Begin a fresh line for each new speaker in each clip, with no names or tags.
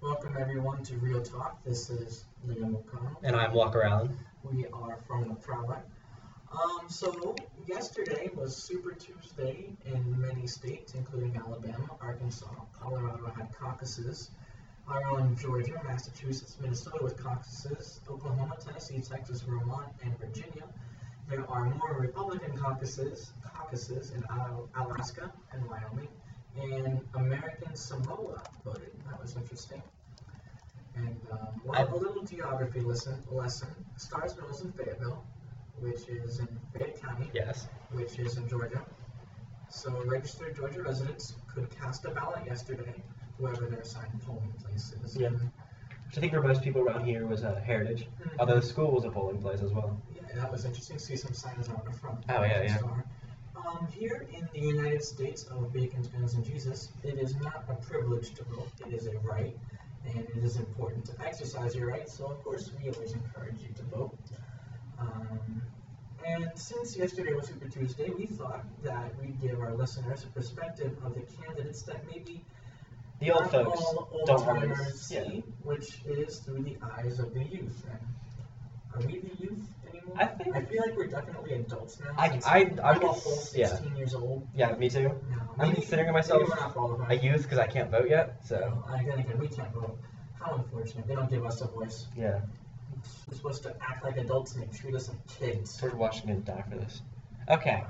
Welcome everyone to Real Talk. This is Liam O'Connell.
And I'm Walker Allen.
We are from the Prava. Um, so yesterday was Super Tuesday in many states, including Alabama, Arkansas, Colorado had caucuses. Our own Georgia, Massachusetts, Minnesota with caucuses, Oklahoma, Tennessee, Texas, Vermont, and Virginia. There are more Republican caucuses, caucuses in Al- Alaska and Wyoming, and American Samoa voted. That was interesting. And um, we'll have a little geography lesson. lesson. Stars Mills in Fayetteville, which is in Fayette County,
Yes.
which is in Georgia. So registered Georgia residents could cast a ballot yesterday, whoever their assigned polling place is.
Yeah. Which I think for most people around here was uh, Heritage,
Mm-hmm.
although the school was a polling place as well.
Yeah, that was interesting. See some signs out in the front.
Oh, yeah, yeah.
Star. Um, here in the United States of Bacon's Guns and Jesus, it is not a privilege to vote. It is a right, and it is important to exercise your right. So of course, we always encourage you to vote. Um, and since yesterday was Super Tuesday, we thought that we'd give our listeners a perspective of the candidates that maybe
The old
not
folks
all old
don't
timers
always.
see,
Yeah.
which is through the eyes of the youth. And are we the youth anymore?
I think-
I feel like we're definitely adults now.
I-
since
I- I
I'm a
cons-
whole
yeah.
16 years old
yeah, me too.
now.
I'm
Maybe-
considering
maybe
myself
we're not qualified.
A youth because I can't vote yet, so
No, I then again, we can't vote. How unfortunate. They don't give us a voice.
yeah.
We're supposed to act like adults and they treat us like kids.
George Washington die for this. Okay.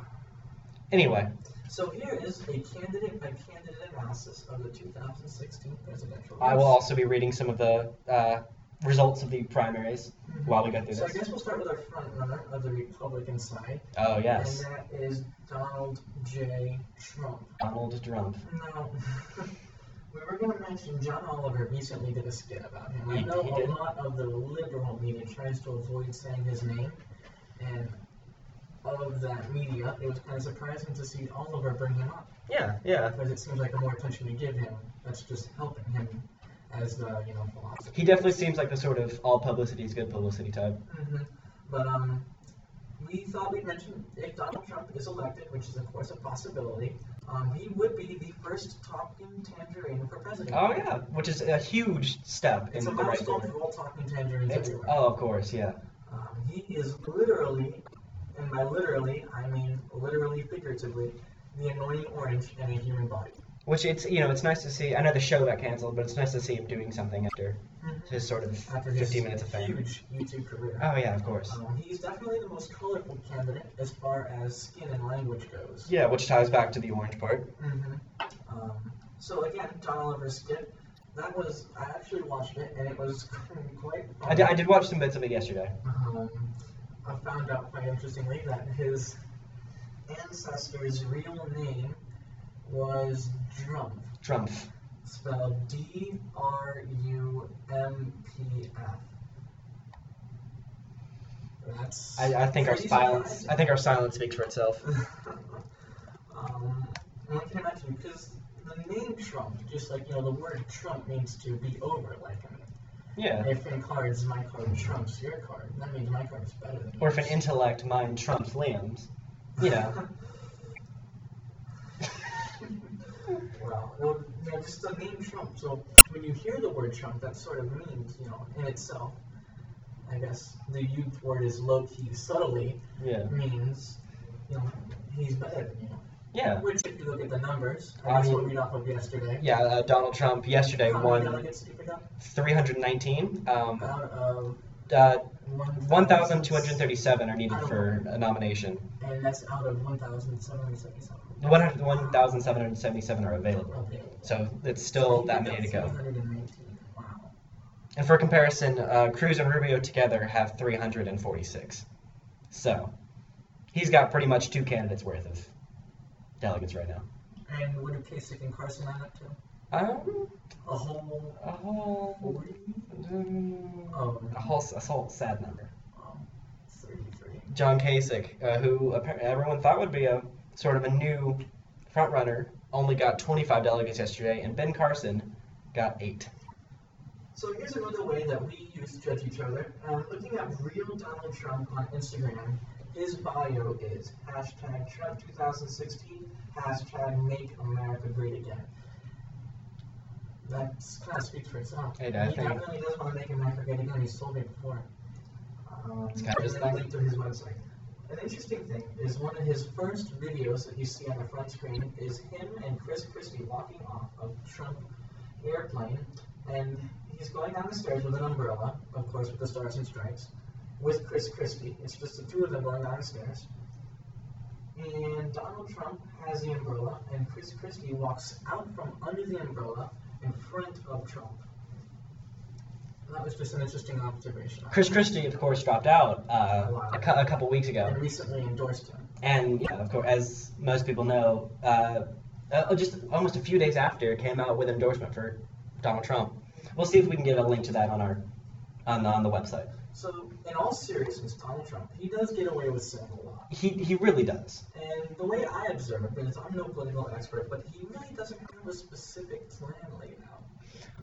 Anyway,
So here is a candidate by candidate analysis of the 2016 presidential
I will
race.
also be reading some of the uh, results of the primaries while we go through
Mm-hmm. So I
this.
guess we'll start with our front runner of the Republican side.
Oh, yes.
And that is Donald J. Trump.
Donald Trump.
Now, we were going to mention John Oliver recently did a skit about him. I
He-
know
he
a
did.
lot of the liberal media tries to avoid saying his name, and of that media, it was kind of surprising to see Oliver bring him up
Yeah, yeah.
because it seems like the more attention we give him, that's just helping him as the you know philosopher.
He definitely seems like the sort of all publicity is good publicity type.
hmm But um, we thought we'd mention if Donald Trump is elected, which is of course a possibility, um, he would be the first talking tangerine for president.
Oh, yeah. Which is a huge step in
It's a
the right
milestone
direction.
for all talking tangerines
It's,
everywhere.
oh, of course, yeah.
Um, he is literally, and by literally I mean literally figuratively, the annoying orange in a human body.
Which it's you know it's nice to see. I know the show got canceled, but it's nice to see him doing something after
Mhm.
his sort of
After his
15 minutes of fame.
huge YouTube career.
Oh yeah, of course.
Um, he's definitely the most colorful candidate as far as skin and language goes.
Yeah, which ties back to the orange part.
hmm Um, so again, John Oliver's skit. That was I actually watched it and it was quite.
I did, I did watch some bits of it yesterday.
Um, I found out quite interestingly that his ancestor's real name was Drum,
Trump.
spelled D R U M P F. That's.
I, I think our
pretty
silence.
surprising.
I think our silence speaks for itself.
um, and I can imagine because the name Trump, just like you know, the word Trump means to be over. Like, I mean,
Yeah.
if in cards my card trumps your card, that means my card is better than.
Or if an
yours.
intellect mind trumps limbs, you know.
Well, well, yeah, just the name Trump. So when you hear the word Trump, that sort of means, you know, in itself, I guess the youth word is low key, subtly
Yeah.
means, you know, he's better than you.
Yeah.
Which, if you look at the numbers,
I
that's what
mean-
we read off of yesterday.
Yeah. Uh, Donald Trump yesterday
How many
won
delegates did you pick up?
319. Um,
Out of
uh,
1,230.
1,237 are needed for a nomination.
And that's out of 1,777.
1,777 are available.
Okay.
So it's still that many to go.
319. Wow.
And for comparison, uh, Cruz and Rubio together have 346. So he's got pretty much two candidates worth of delegates right now.
And what do Kasich and Carson add up to?
Um,
A whole
a whole,
40?
um,
Oh,
a whole, a whole sad number.
um, 33.
John Kasich, uh, who appar- everyone thought would be a sort of a new front runner, only got 25 delegates yesterday, and Ben Carson got eight.
So here's another way that we used to judge each other. Um, looking at real Donald Trump on Instagram, his bio is hashtag Trump 2016, hashtag make America great again. That kind of speaks for itself.
It does,
He
thank you.
definitely does want to make America great again. He's told me before. Um,
It's kind of his
and then
thing.
linked to his website. An interesting thing is one of his first videos that you see on the front screen is him and Chris Christie walking off of Trump airplane, and he's going down the stairs with an umbrella, of course, with the stars and stripes, with Chris Christie. It's just the two of them going down the stairs. And Donald Trump has the umbrella, and Chris Christie walks out from under the umbrella in front of Trump. That was just an interesting observation.
Chris Christie, of course, dropped out uh, a, cou- a couple weeks ago.
And recently endorsed him.
And yeah, of course, as most people know, uh, uh, just almost a few days after, it came out with an endorsement for Donald Trump. We'll see if we can get a link to that on our on the, on the website.
So, in all seriousness, Donald Trump, he does get away with saying a lot.
He he really does.
And the way I observe it is, I'm no political expert, but he really doesn't have a specific plan laid out.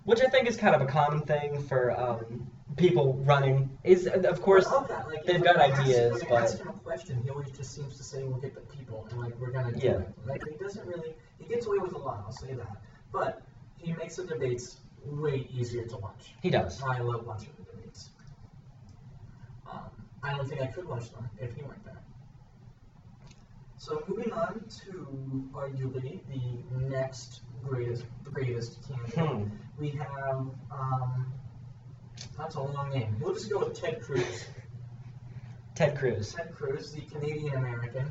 which I think is kind of a common thing for um, people running. Is uh, of course
I love that, like,
they've
when
got
I ask-
ideas,
when I
but
ask him a question, he always just seems to say, "We'll get the people," and like we're gonna do
Yeah.
it. Like he doesn't really, he gets away with a lot. I'll say that, but he makes the debates way easier to watch.
he does.
I love watching the debates. Um, I don't think I could watch them if he weren't there. So moving on to arguably the next greatest greatest candidate,
Hmm.
we have um, that's a long name. We'll just go with Ted Cruz.
Ted Cruz.
Ted Cruz, the Canadian American.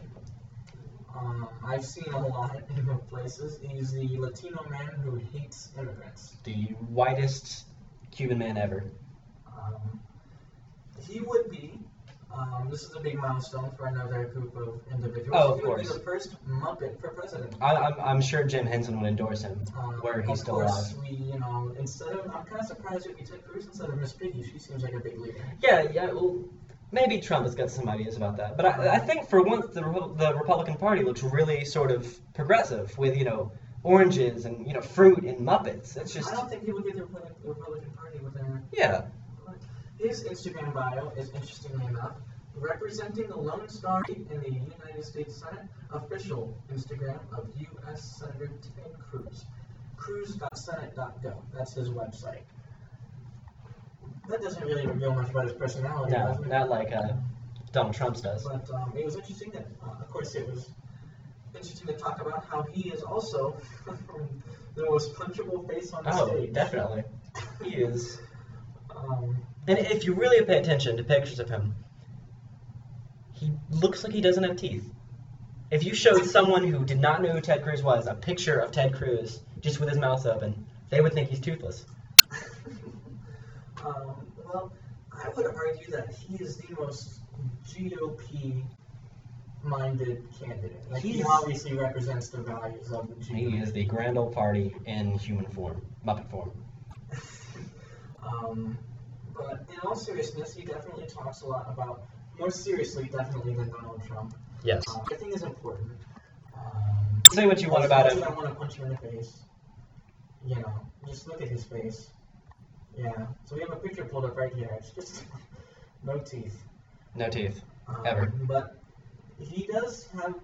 Um, I've seen him a lot in different places. He's the Latino man who hates immigrants.
the whitest Cuban man ever.
Um, he would be. Um, this is a big milestone for another group of individuals.
Oh, of
he would be
course.
the first Muppet for president.
I, I'm, I'm sure Jim Henson would endorse him,
Um,
where
of
he's still
course,
alive.
we, you know, instead of I'm kind of surprised it we Ted Cruz instead of Miss Piggy. She seems like a big leader.
Yeah, yeah. Well, maybe Trump has got some ideas about that, but I, I think for once the Repu- the Republican Party looks really sort of progressive with you know oranges and you know fruit and Muppets. It's just
I don't think he would get the Republic- the Republican Party with that.
yeah.
His Instagram bio is interestingly enough representing the Lone Star State in the United States Senate, official Instagram of U.S. Senator Ted Cruz. Cruz.senate.gov. That's his website. That doesn't really reveal much about his personality,
No,
does it?
not like uh, Donald Trump's does.
Oh, But um, it was interesting that, uh, of course, it was interesting to talk about how he is also the most punchable face on the
Oh,
stage.
definitely. He is.
Um,
And if you really pay attention to pictures of him, he looks like he doesn't have teeth. If you showed someone who did not know who Ted Cruz was a picture of Ted Cruz just with his mouth open, they would think he's toothless.
Um, well, I would argue that he is the most GOP minded candidate. Like, he
He's-
obviously represents the values of the
He
GOP.
is the grand old party in human form, Muppet form.
Um, but in all seriousness, he definitely talks a lot about, more seriously, definitely, than Donald Trump.
Yes.
Um, I think is important. Um,
Say what you want about
as much
it.
as I want to punch him in the face. You know, just look at his face. Yeah. So we have a picture pulled up right here. It's just no teeth.
No teeth.
Um,
Ever.
But he does have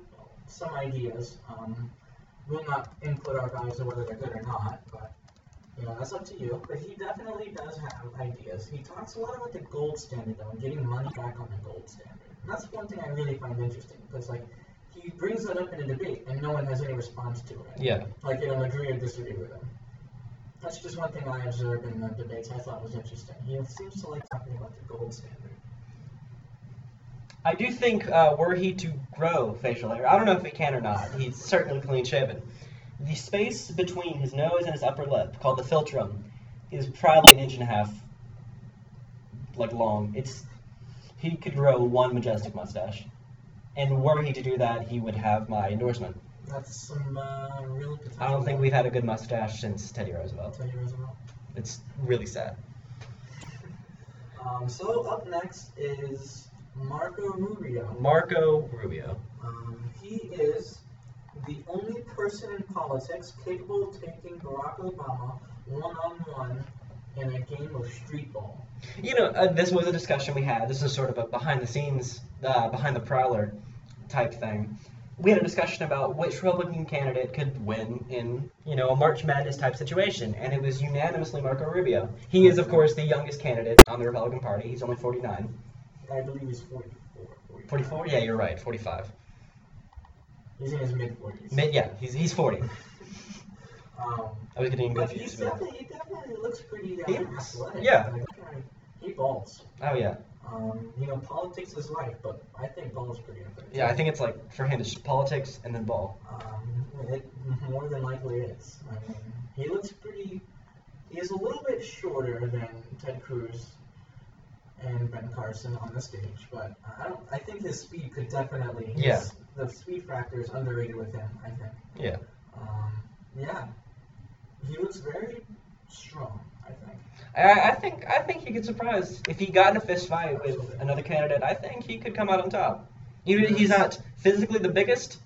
some ideas. Um, we'll not input our values or whether they're good or not, but you know that's up to you. But he definitely does have ideas. He talks a lot about the gold standard though, and getting money back on the gold standard. And that's one thing I really find interesting because like he brings that up in a debate and no one has any response to it.
Yeah.
Like they don't agree or disagree with him. That's just one thing I observed in the debates. I thought was interesting. He seems to like talking about the gold standard.
I do think uh, were he to grow facial hair, I don't know if he can or not. He's certainly clean shaven. The space between his nose and his upper lip, called the philtrum, is probably an inch and a half, like long. It's he could grow one majestic mustache, and were he to do that, he would have my endorsement.
That's some uh, real potential.
I don't think we've had a good mustache since Teddy Roosevelt.
Tell you as well.
It's really sad.
Um, so up next is Marco Rubio.
Marco Rubio.
Um, he is the only person in politics capable of taking Barack Obama one on one in a game of street ball.
You know, uh, this was a discussion we had. This is sort of a behind the scenes, uh, behind the prowler type thing. we had a discussion about which Republican candidate could win in, you know, a March Madness type situation, and it was unanimously Marco Rubio. He is, of course, the youngest candidate on the Republican Party. He's only 49.
I believe he's 44. 45.
44? Yeah, you're right. 45.
He's in his mid 40s.
Mid, yeah, he's, he's 40.
um,
I was getting
but he's
confused. about
definitely, he definitely looks pretty uh,
He looks-
athletic.
yeah.
Like, he balls.
Oh, yeah.
Um, you know, politics is life, but I think ball's pretty athletic.
Yeah, I think it's like, for him, it's just politics and then ball.
Um, it more than likely is. I mean, he looks pretty. He is a little bit shorter than Ted Cruz and Ben Carson on the stage, but I don't. I think his speed could definitely. his-
Yeah.
The speed factor is underrated with him. I think.
Yeah.
Um, yeah. He looks very strong. I think.
I, I think I think he could surprise if he got in a fist fight with another candidate. I think he could come out on top. Even he's not physically the biggest,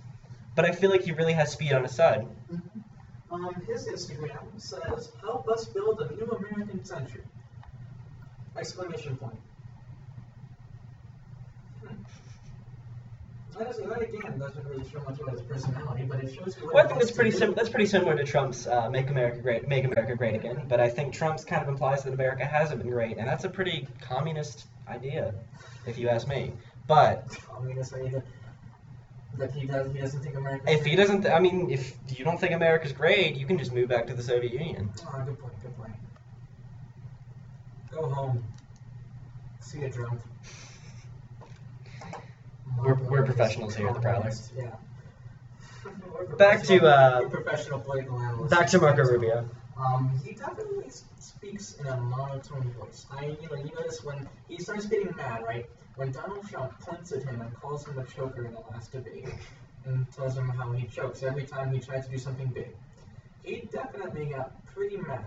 but I feel like he really has speed on his side.
Um, his Instagram says, "Help us build a new American century!" Exclamation point. Hmm. That, is, that again doesn't really show much about his personality, but it shows you. what
Well,
he
I think
wants
that's pretty
to
sim-
do.
that's pretty similar to Trump's uh, "Make America Great, Make America Great Again," but I think Trump's kind of implies that America hasn't been great, and that's a pretty communist idea, if you ask me. But
I'm gonna say that, that he does. He doesn't think America.
if he doesn't, I mean, if you don't think America's great, you can just move back to the Soviet Union.
Ah, good point. Good point. Go home. See you drunk.
We're- we're professionals here at the Prowler.
Yeah. We're
Back to,
professional-
uh,
we're professional political analysts.
Back to Marco Rubio.
Um, he definitely s- speaks in a monotone voice. I, you know, you notice when he starts getting mad, right? When Donald Trump points at him and calls him a choker in the last debate, and tells him how he chokes every time he tries to do something big, he definitely got pretty mad,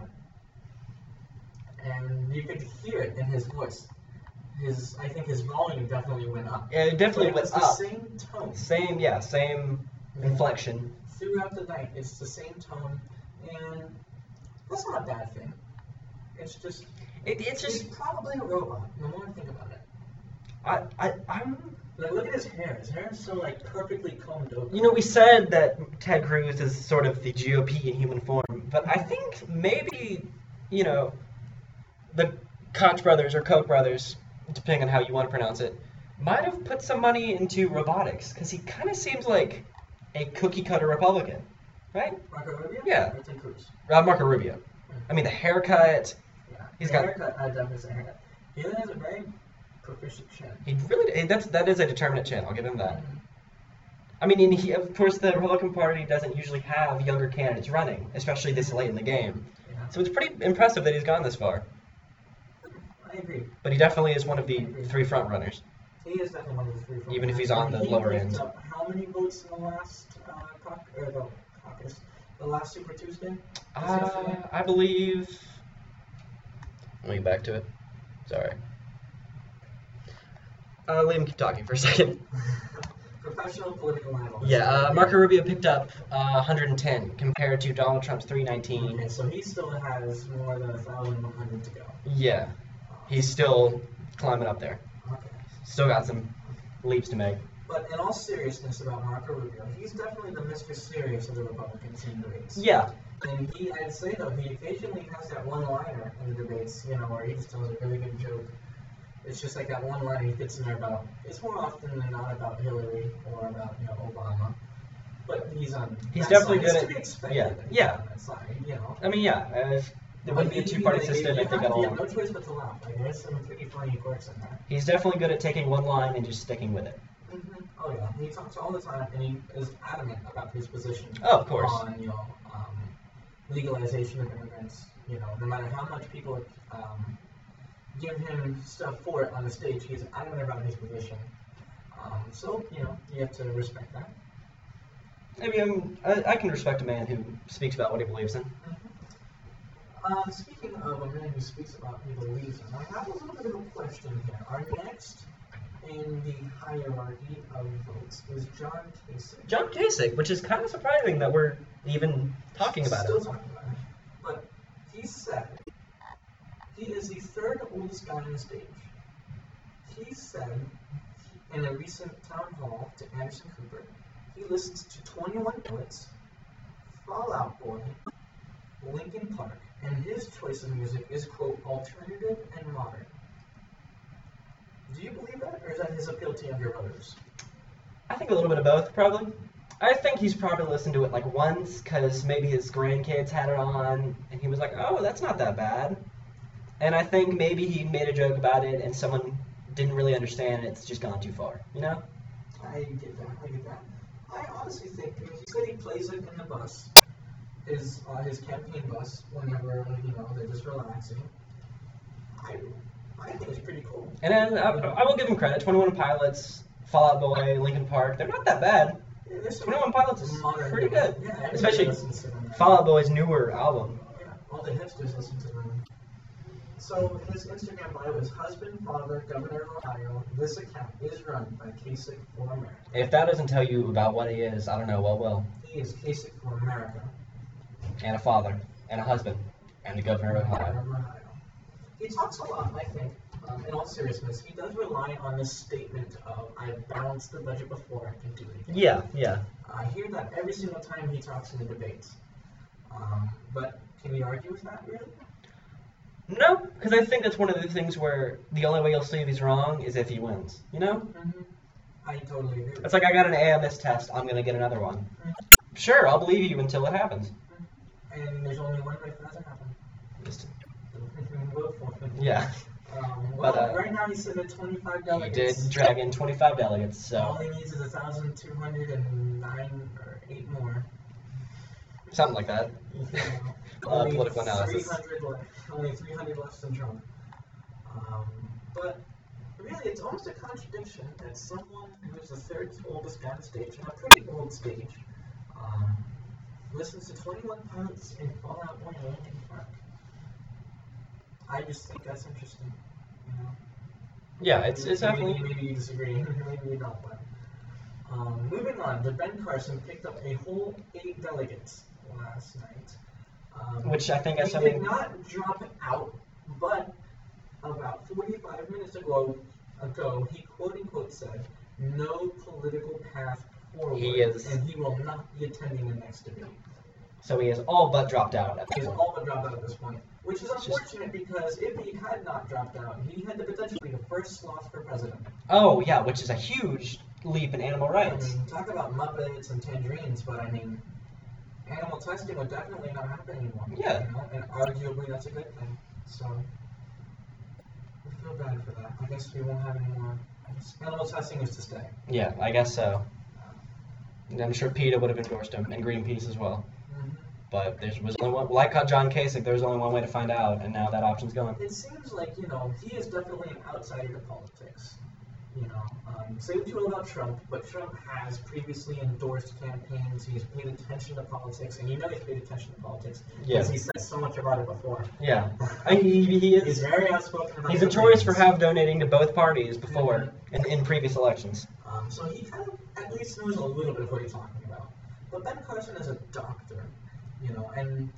and you could hear it in his voice. His, I think his volume definitely went up.
It
But
definitely
it was
was
the
up.
same tone.
Same, yeah, same inflection.
throughout the night. It's the same tone, and that's not a bad thing. It's just,
It, it's
he's
just,
probably a robot. The more I think about it,
I, I, I'm.
like look at his hair. His hair is so like perfectly combed over.
You know, we said that Ted Cruz is sort of the GOP in human form, but I think maybe, you know, the Koch brothers or Koch brothers, depending on how you want to pronounce it, might have put some money into robotics because he kind of seems like a cookie cutter Republican, right?
Marco Rubio.
Yeah.
Or Ted Cruz.
Uh, Marco Rubio. I mean, the haircut.
Yeah.
He's
The
got-
haircut. I love his haircut. He has a very proficient chin.
He really and that's that is a determinate chin. I'll give him that. I mean, and he, of course, the Republican Party doesn't usually have younger candidates running, especially this late in the game.
Yeah.
So it's pretty impressive that he's gone this far.
I agree.
But he definitely is one of the three front runners.
He is definitely one of the three. from
Even if
Ohio.
he's on the
He
lower
picked
end.
up how many votes in the last uh, cauc- or the caucus? The last Super Tuesday. Was it
Uh,
yesterday?
I believe. Let me get back to it. Sorry. Uh, Liam, keep talking for a second.
Professional political analyst.
Yeah, uh, Marco Rubio picked up uh, 110 compared to Donald Trump's 319.
Okay, so he still has more than a thousand one hundred to go.
Yeah, he's still climbing up there.
Okay.
Still got some leaps to make.
But in all seriousness about Marco Rubio, he's definitely the Mr. Serious of the Republicans in the race.
Yeah,
And he, I'd say though, he occasionally has that one liner in the debates, you know, where he just tells a really good joke. It's just like that one line he gets in there about. It's more often than not about Hillary or about you know Obama. But he's on.
He's
that
definitely
side.
good
It's
at-
to be expected
yeah,
that he's
yeah.
on that side, you know.
I mean, yeah. If there wouldn't be a
But he-
two-party
he-
system,
he-
I think,
he
at
had
all.
No choice but to laugh. Like, there's some pretty funny quirks in there.
He's definitely good at taking one line and just sticking with it.
Oh yeah, he talks all the time, and he is adamant about his position.
Oh, of course.
On you know, um, legalization of immigrants. You know, no matter how much people um, give him stuff for it on the stage, he's adamant about his position. Um, so you know, you have to respect that.
I mean, I, I can respect a man who speaks about what he believes in.
Um, speaking of a man who speaks about legalism, I have a little bit of a question here. Our next in the hierarchy of votes is John Kasich.
John Kasich, which is kind of surprising that we're even talking about
Still
it.
talking about it. But he said he is the third oldest guy on the stage. He said in a recent town hall to Anderson Cooper, He listens to 21 Pilots, Fallout Boy, Linkin Park, and his choice of music is, quote, alternative and modern. Do you believe that, or is that his appeal to younger voters?
I think a little bit of both, probably. I think he's probably listened to it like once because maybe his grandkids had it on and he was like, oh, that's not that bad. And I think maybe he made a joke about it and someone didn't really understand and it's just gone too far, you know?
I get that. I get that. I honestly think I mean, he said he plays it in the bus, his uh, his campaign bus, whenever you know they're just relaxing. I I think it's pretty cool.
And then I, I will give him credit 21 Pilots, Fallout Boy, Linkin Park, they're not that bad.
Yeah, there's some
21 Pilots is
modern-
pretty good.
Yeah, everybody
Especially
listens to them.
Fall Out Boy's newer album.
Yeah, all the hipsters listen to them. So his Instagram bio is husband, father, governor of Ohio. This account is run by Kasich for America.
If that doesn't tell you about what he is, I don't know what will.
He is Kasich for America.
And a father, and a husband, and the governor of
governor
Ohio.
of Ohio. He talks a lot, I think. Um, in all seriousness, he does rely on this statement of "I balanced the budget before I can do it." again."
Yeah, yeah.
I hear that every single time he talks in the debates. Um, but can we argue with that really?
No, because I think that's one of the things where the only way you'll see if he's wrong is if he wins. You know?
I totally agree.
Mm-hmm. It's like I got an A on this test, I'm gonna get another one. Sure, I'll believe you until it happens.
And there's only one way for that to happen.
Just-
Vote for him.
yeah.
Um, well,
But, uh,
right now he said that 25
He did
delegates.
drag in 25 delegates,
All
so
he needs is 1,209 or 8 more.
something like that. Uh,
Only
political analysis.
300 left- only 300 less than Trump. Um, but really, it's almost a contradiction that someone who is the third oldest guy on stage, and a pretty old stage, um, listens to 21 Pilots and Fallout Boy and Linkin Park. I just think that's interesting. You know?
Yeah, it's it's
maybe,
definitely.
Maybe you disagree. maybe you don't. But um, moving on, the Ben Carson picked up a whole eight delegates last night, um,
Which I think
he
is something-
did not drop out, but about 45 minutes ago, ago he quote unquote said, "No political path forward,"
He is-
and he will not be attending the next debate.
So he is all but dropped out at
He's
this point.
all but dropped out at this point, which is
It's just-
unfortunate because if he had not dropped out, he had the potential to be the first sloth for president.
Oh yeah, which is a huge leap in animal rights.
I mean, talk about Muppets and tangerines, but I mean, animal testing would definitely not happen anymore.
Yeah.
You know? And arguably, that's a good thing. So, we feel bad for that. I guess we won't have any more. I guess Animal testing is to stay.
Yeah, I guess so. And I'm sure PETA would have endorsed him and Greenpeace as well. But there was only one, like John Kasich, there was only one way to find out, and now that option's gone.
It seems like, you know, he is definitely an outsider to politics. You know, um, say what you will about Trump, but Trump has previously endorsed campaigns. He's paid attention to politics, and you know he's paid attention to politics
Yeah.
because he said so much about it before.
Yeah, I, he, he
He's
is.
very outspoken about
He's notorious for have donating to both parties before in, in previous elections.
Um, so he kind of at least knows a little bit of what he's talking about. But Ben Carson is a doctor, you know, and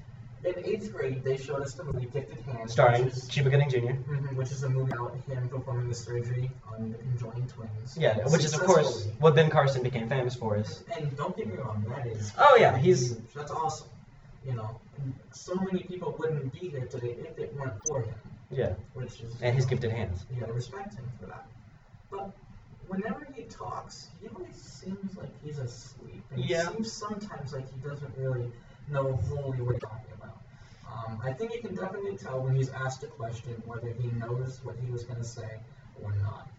in eighth grade they showed us the movie Gifted Hands,
Starring
which is,
Cuba Gooding Jr.
Mhm, which is a movie about him performing the surgery on the conjoined twins.
Yeah, which is of course
successfully.
what Ben Carson became famous for. Is
And don't get me wrong, that is.
Oh, yeah, he's-
That's awesome, you know. And so many people wouldn't be here today if it weren't for him,
yeah,
which is.
and his gifted hands.
You gotta respect him for that. But whenever he talks, he always seems like he's asleep. And
Yeah.
It seems sometimes like he doesn't really know wholly what he's talking about. Um, I think you can definitely tell when he's asked a question whether he knows what he was gonna say or not.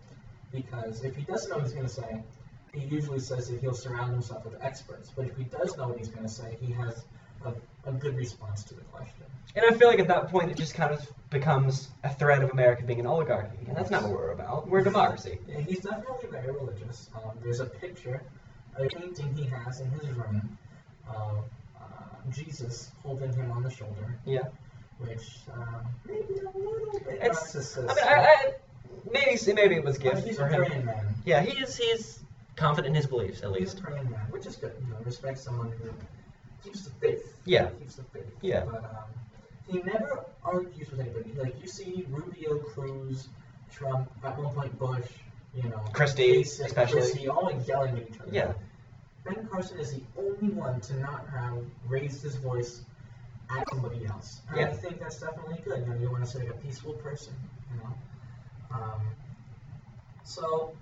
Because if he doesn't know what he's gonna say, he usually says that he'll surround himself with experts. But if he does know what he's gonna say, he has a, a good response to the question.
And I feel like at that point it just kind of becomes a threat of America being an oligarchy, and that's not what we're about. We're a democracy.
Yeah, he's definitely very religious. Um, there's a picture, a painting he has in his room of uh, Jesus holding him on the shoulder,
Yeah.
which um, maybe a little bit
It's. I
narcissist.
mean, I, I maybe maybe it was
but
gift
he's a
for him.
praying man.
Yeah, he is. He's confident in his beliefs, at
He's a
least.
praying man, which is good. You know, respect someone who keeps the faith.
Yeah.
Keeps the faith.
Yeah.
But um, he never argues with anybody. Like you see Rubio, Cruz, Trump, at one point Bush. You know,
Christie,
Kasich,
especially.
Christie, all yelling at each other.
Yeah.
Ben Carson is the only one to not have raised his voice at somebody else. And I
Yeah.
think that's definitely good. You know, you want to say a peaceful person, you know. Um, so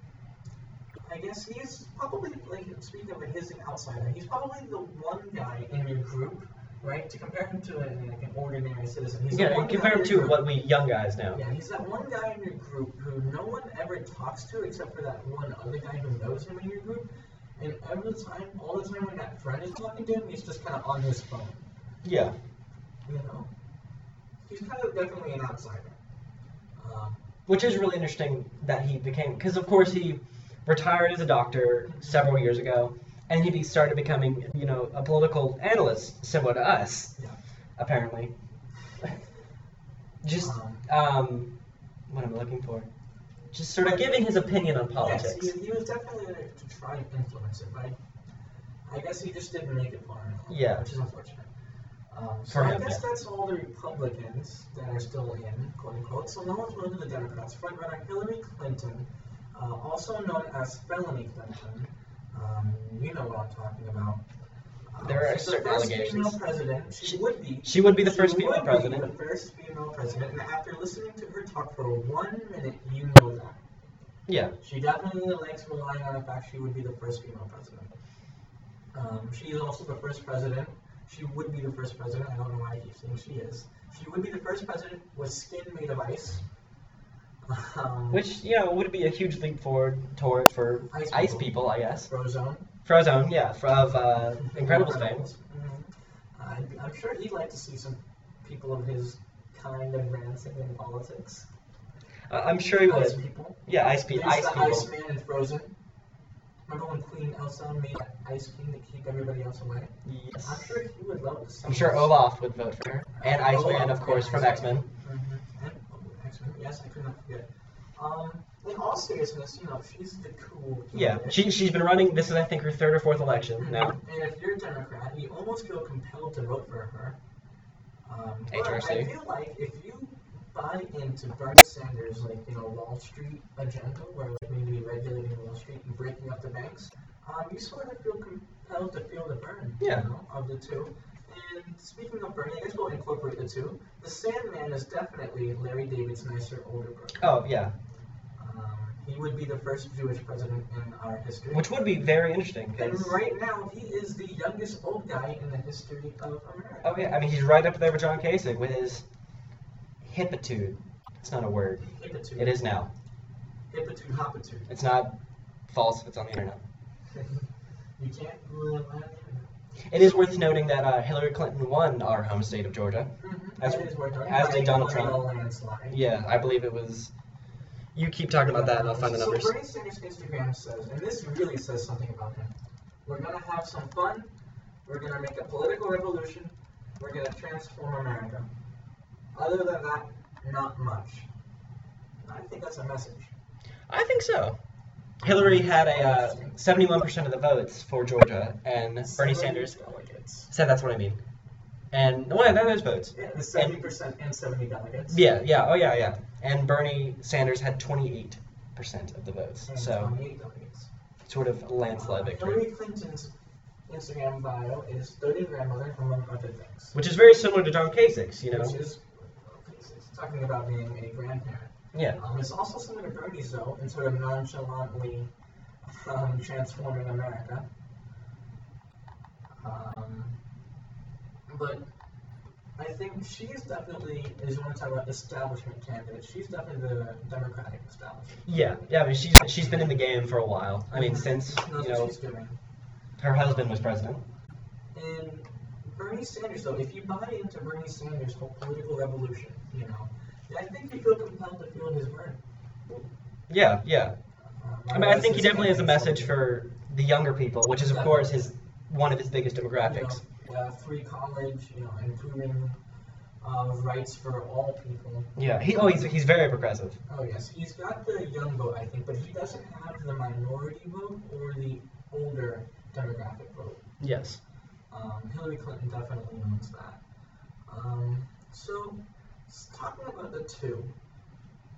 I guess he's probably like speaking of his an outsider, he's probably the one guy in your group, right? To compare him to an, like an ordinary citizen, he's the
yeah,
one
and
guy
compare
in
him
your
to
group-
what we young guys know.
yeah, he's that one guy in your group who no one ever talks to except for that one other guy who knows him in your group. And every time, all the time when that friend is talking to him, he's just kind of on his phone.
Yeah.
You know, he's kind of definitely an outsider. Um,
Which is really interesting that he became, because of course he retired as a doctor several years ago, and he be, started becoming, you know, a political analyst similar to us,
yeah.
apparently. Just,
Um,
um, what am I looking for? Just sort of giving his opinion on politics.
Yes, he, he was definitely there to try and influence it, but I, I guess he just didn't make it far enough.
Yeah.
Which is unfortunate. Um, so
For
I
him,
guess
yeah.
that's all the Republicans that are still in, quote unquote. So now let's move to the Democrats. Front runner Hillary Clinton, uh, also known as Felony Clinton. Um, you know what I'm talking about. Um,
There are
she's the
certain
first
allegations.
Female president. She, would be.
She would be the
She
first female
would be
president.
The first female president, and after listening to her talk for one minute, you know that.
Yeah.
She definitely likes relying on the fact she would be the first female president. Um, she is also the first president. She would be the first president. I don't know why I keep saying she is. She would be the first president with skin made of ice. Um,
Which, you know, would be a huge leap forward toward for
Ice
ice,
people.
people. I guess.
Frozone.
Frozone, yeah, fr- of uh, Incredibles fame.
Mhm. I- I'm sure he'd like to see some people of his kind advancing in politics.
Uh, I'm sure he
Ice
would.
people.
Yeah, ice, pe-
He's
ice
the
people.
Ice Man in Frozen. Remember when Queen Elsa made that Ice King to keep everybody else away?
Yes.
I'm sure he would love this.
I'm sure Olaf would vote for her. And Iceman, of course, from X Men.
And X-Men, yes, I could not forget. Um, in all seriousness, you know, she's the cool.
Yeah,
candidate.
she, she's been running. This is, I think, her third or fourth election now.
And if you're a Democrat, you almost feel compelled to vote for her. Um, but I
Interesting.
feel like if you buy into Bernie Sanders, like you know, Wall Street agenda, where like we need to be regulating Wall Street and breaking up the banks, um, you sort of feel compelled to feel the burn.
Yeah.
You know, of the two. And speaking of Bernie, I guess we'll incorporate the two. The Sandman is definitely Larry David's nicer older brother.
Oh, yeah.
Um, he would be the first Jewish president in our history.
Which would be very interesting.
And
'cause-
right now, he is the youngest old guy in the history of America.
Oh, yeah. I mean, he's right up there with John Kasich with his hippitude. It's not a word.
Hippitude.
It is now.
Hippitude, hoppitude.
It's not false if it's on the internet.
you can't rule it out.
It is worth noting that uh, Hillary Clinton won our home state of Georgia. As-
That Mm-hmm. is worth noting.
Mm-hmm. as did
Like,
Donald
a
Trump.
landslide.
Yeah, I believe it was. You keep talking about that, and I'll find the numbers.
So Bernie Sanders' Instagram says, and this really says something about him. We're gonna have some fun. We're gonna make a political revolution. We're gonna transform America. Other than that, not much. I think that's a message.
I think so. Hillary had a uh, 71% of the votes for Georgia, and Bernie Sanders
Delegates.
said that's what I mean. And well, that is votes.
Yeah, the seventy percent and seventy delegates.
Yeah, yeah, oh yeah, yeah. And Bernie Sanders had 28% of the votes,
And
so
twenty-eight delegates.
sort of landslide
Uh,
victory,
Hillary Clinton's Instagram bio is "dirty grandmother," among other things.
which is very similar to John Kasich's, you know.
Which is it's- it's talking about being a grandparent.
Yeah,
Um, it's also similar to Bernie's though, in sort of nonchalantly um, transforming America. Um, but I think she's definitely, is want to talk about establishment candidates, she's definitely the Democratic establishment.
yeah, yeah. I mean, she's she's been in the game for a while. I mean, since
She knows
you
what
know
she's doing.
her husband was president.
And Bernie Sanders, though, if you buy into Bernie Sanders' whole political revolution, you know, I think you feel compelled to feel his word.
Yeah, yeah.
Um,
I mean, I
guess
think he
his
definitely has a
campaign's
message for the younger people, which is, of course, his one of his biggest
you know,
demographics.
uh, free college, you know, improving uh, rights for all people.
Yeah, he, oh, he's, he's very progressive.
Oh yes, he's got the young vote, I think, but he doesn't have the minority vote or the older demographic vote.
Yes.
Um, Hillary Clinton definitely owns that. Um, so, s- talking about the two,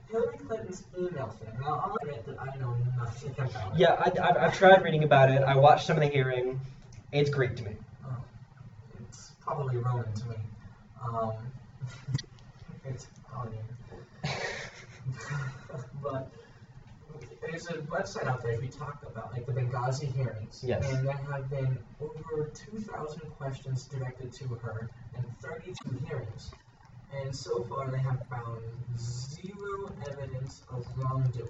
Hillary Clinton's email thing. Now, I'll admit that I know nothing about it.
Yeah, I, I, I've tried reading about it. I watched some of the hearing. It's Greek to me.
Oh, it's probably Roman to me. Um, it's Italian. but there's a website out there if you talk about like the Benghazi hearings.
Yes.
And there have been over 2,000 questions directed to her and 32 hearings. And so far, they have found zero evidence of wrongdoing.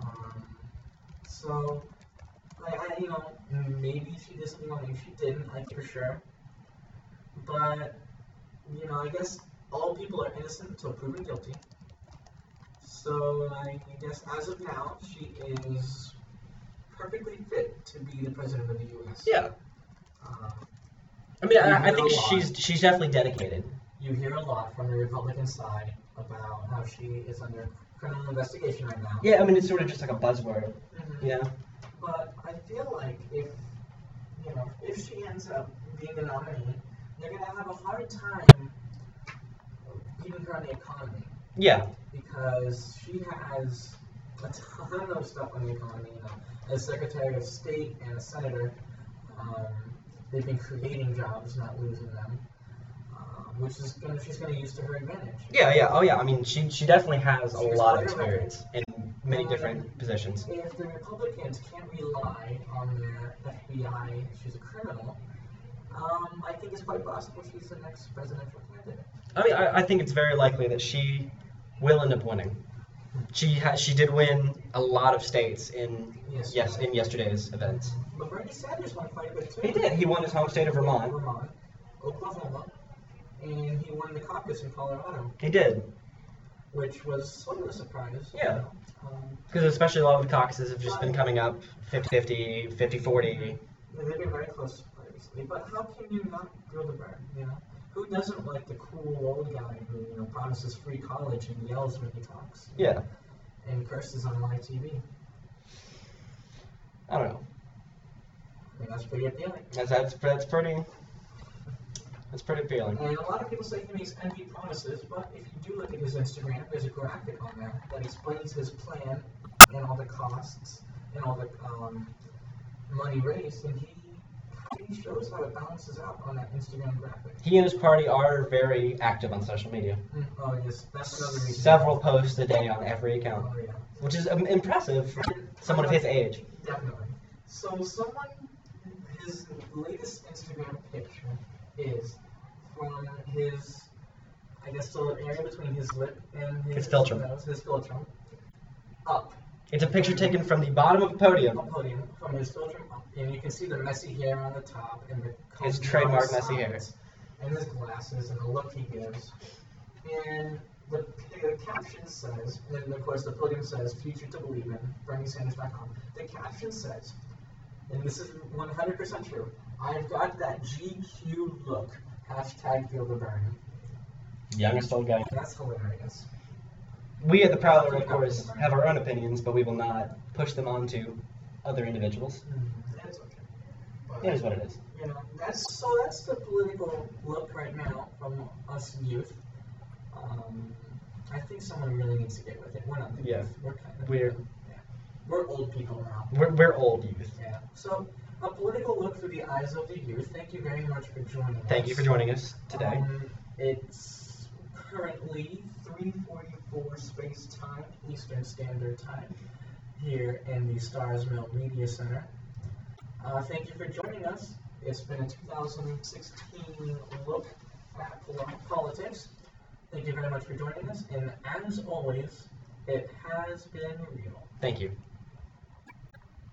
Um, so, like, I, you know, maybe she did something wrong, maybe she didn't, like, for sure. But, you know, I guess all people are innocent until proven guilty. So, I guess as of now, she is perfectly fit to be the president of the U.S.
Yeah.
Um,
I
You
mean, I, I
know
think
why.
she's she's definitely dedicated.
you hear a lot from the Republican side about how she is under criminal investigation right now.
Yeah, I mean, it's sort of just like a buzzword.
Mhm.
Yeah.
But I feel like if you know if she ends up being the nominee, they're gonna have a hard time keeping her on the economy
Yeah.
because she has a ton of stuff on the economy. You know, as Secretary of State and a senator, um, they've been creating jobs, not losing them, um, which is gonna she's gonna use to her advantage.
Yeah, yeah. Oh, yeah. I mean, she she definitely has a
She's
lot of
quite a record.
experience in many different positions.
If the Republicans can't rely on their FBI, she's a criminal, um, I think it's quite possible she's the next presidential candidate.
I mean, I, I think it's very likely that she will end up winning. She ha- she did win a lot of states in
Yes.
yes in yesterday's events.
But Bernie Sanders won quite a bit too.
He did. He won his home state of Vermont.
Vermont, Oklahoma, and he won the caucus in Colorado,
He did
which was sort of a surprise.
Yeah.
Um,
because especially a lot of the caucuses have just been coming up 50-50, 50-40.
they've been very close recently, but how can you not grow the bird? You know, who doesn't like the cool old guy who you know promises free college and yells when he talks?
Yeah.
and curses on live TV. I mean,
I don't know.
that's pretty appealing.
That's that's that's pretty. That's pretty appealing.
And a lot of people say he makes empty promises, but if you do look at his Instagram, there's a graphic on there that explains his plan and all the costs and all the um, money raised, and he, he shows how it balances out on that Instagram graphic.
He and his party are very active on social media.
Mm, Oh, yes, that's another reason.
Several posts a day on every
Oh,
account,
yeah.
which is um, impressive for someone of his age.
Definitely. So someone, his latest Instagram picture is from his, I guess, the area between his lip and his,
His philtrum.
nose, his philtrum, up
It's a picture taken from the bottom of a podium.
on podium from his philtrum up, and you can see the messy hair on the top and the
His
combed
trademark
down
messy hair.
sides, and his glasses and the look he gives, and. The, the caption says, and of course the podium says, "Future to believe in." BernieSanders.com. The caption says, and this is 100% true. I've got that GQ look. Hashtag feel the burn.
Youngest old guy.
That's hilarious.
We at the Prowler, of course, have our own opinions, but we will not push them onto other individuals.
That's okay. But,
It is what it is.
You know, that's so. That's the political look right now from us youth. Um, I think someone really needs to get with it. We're not the
Yeah.
youth. We're kind of
We're
we're old people now.
we're, we're old youth.
Yeah. So a political look through the eyes of the youth. Thank you very much for joining.
Thank you
us.
for joining us today.
Um, it's currently 3:44 space time Eastern Standard Time here in the Stars Mill Media Center. Uh, thank you for joining us. It's been a 2016 look at pol- politics. Thank you very much for joining us, and as always, it has been real.
Thank you.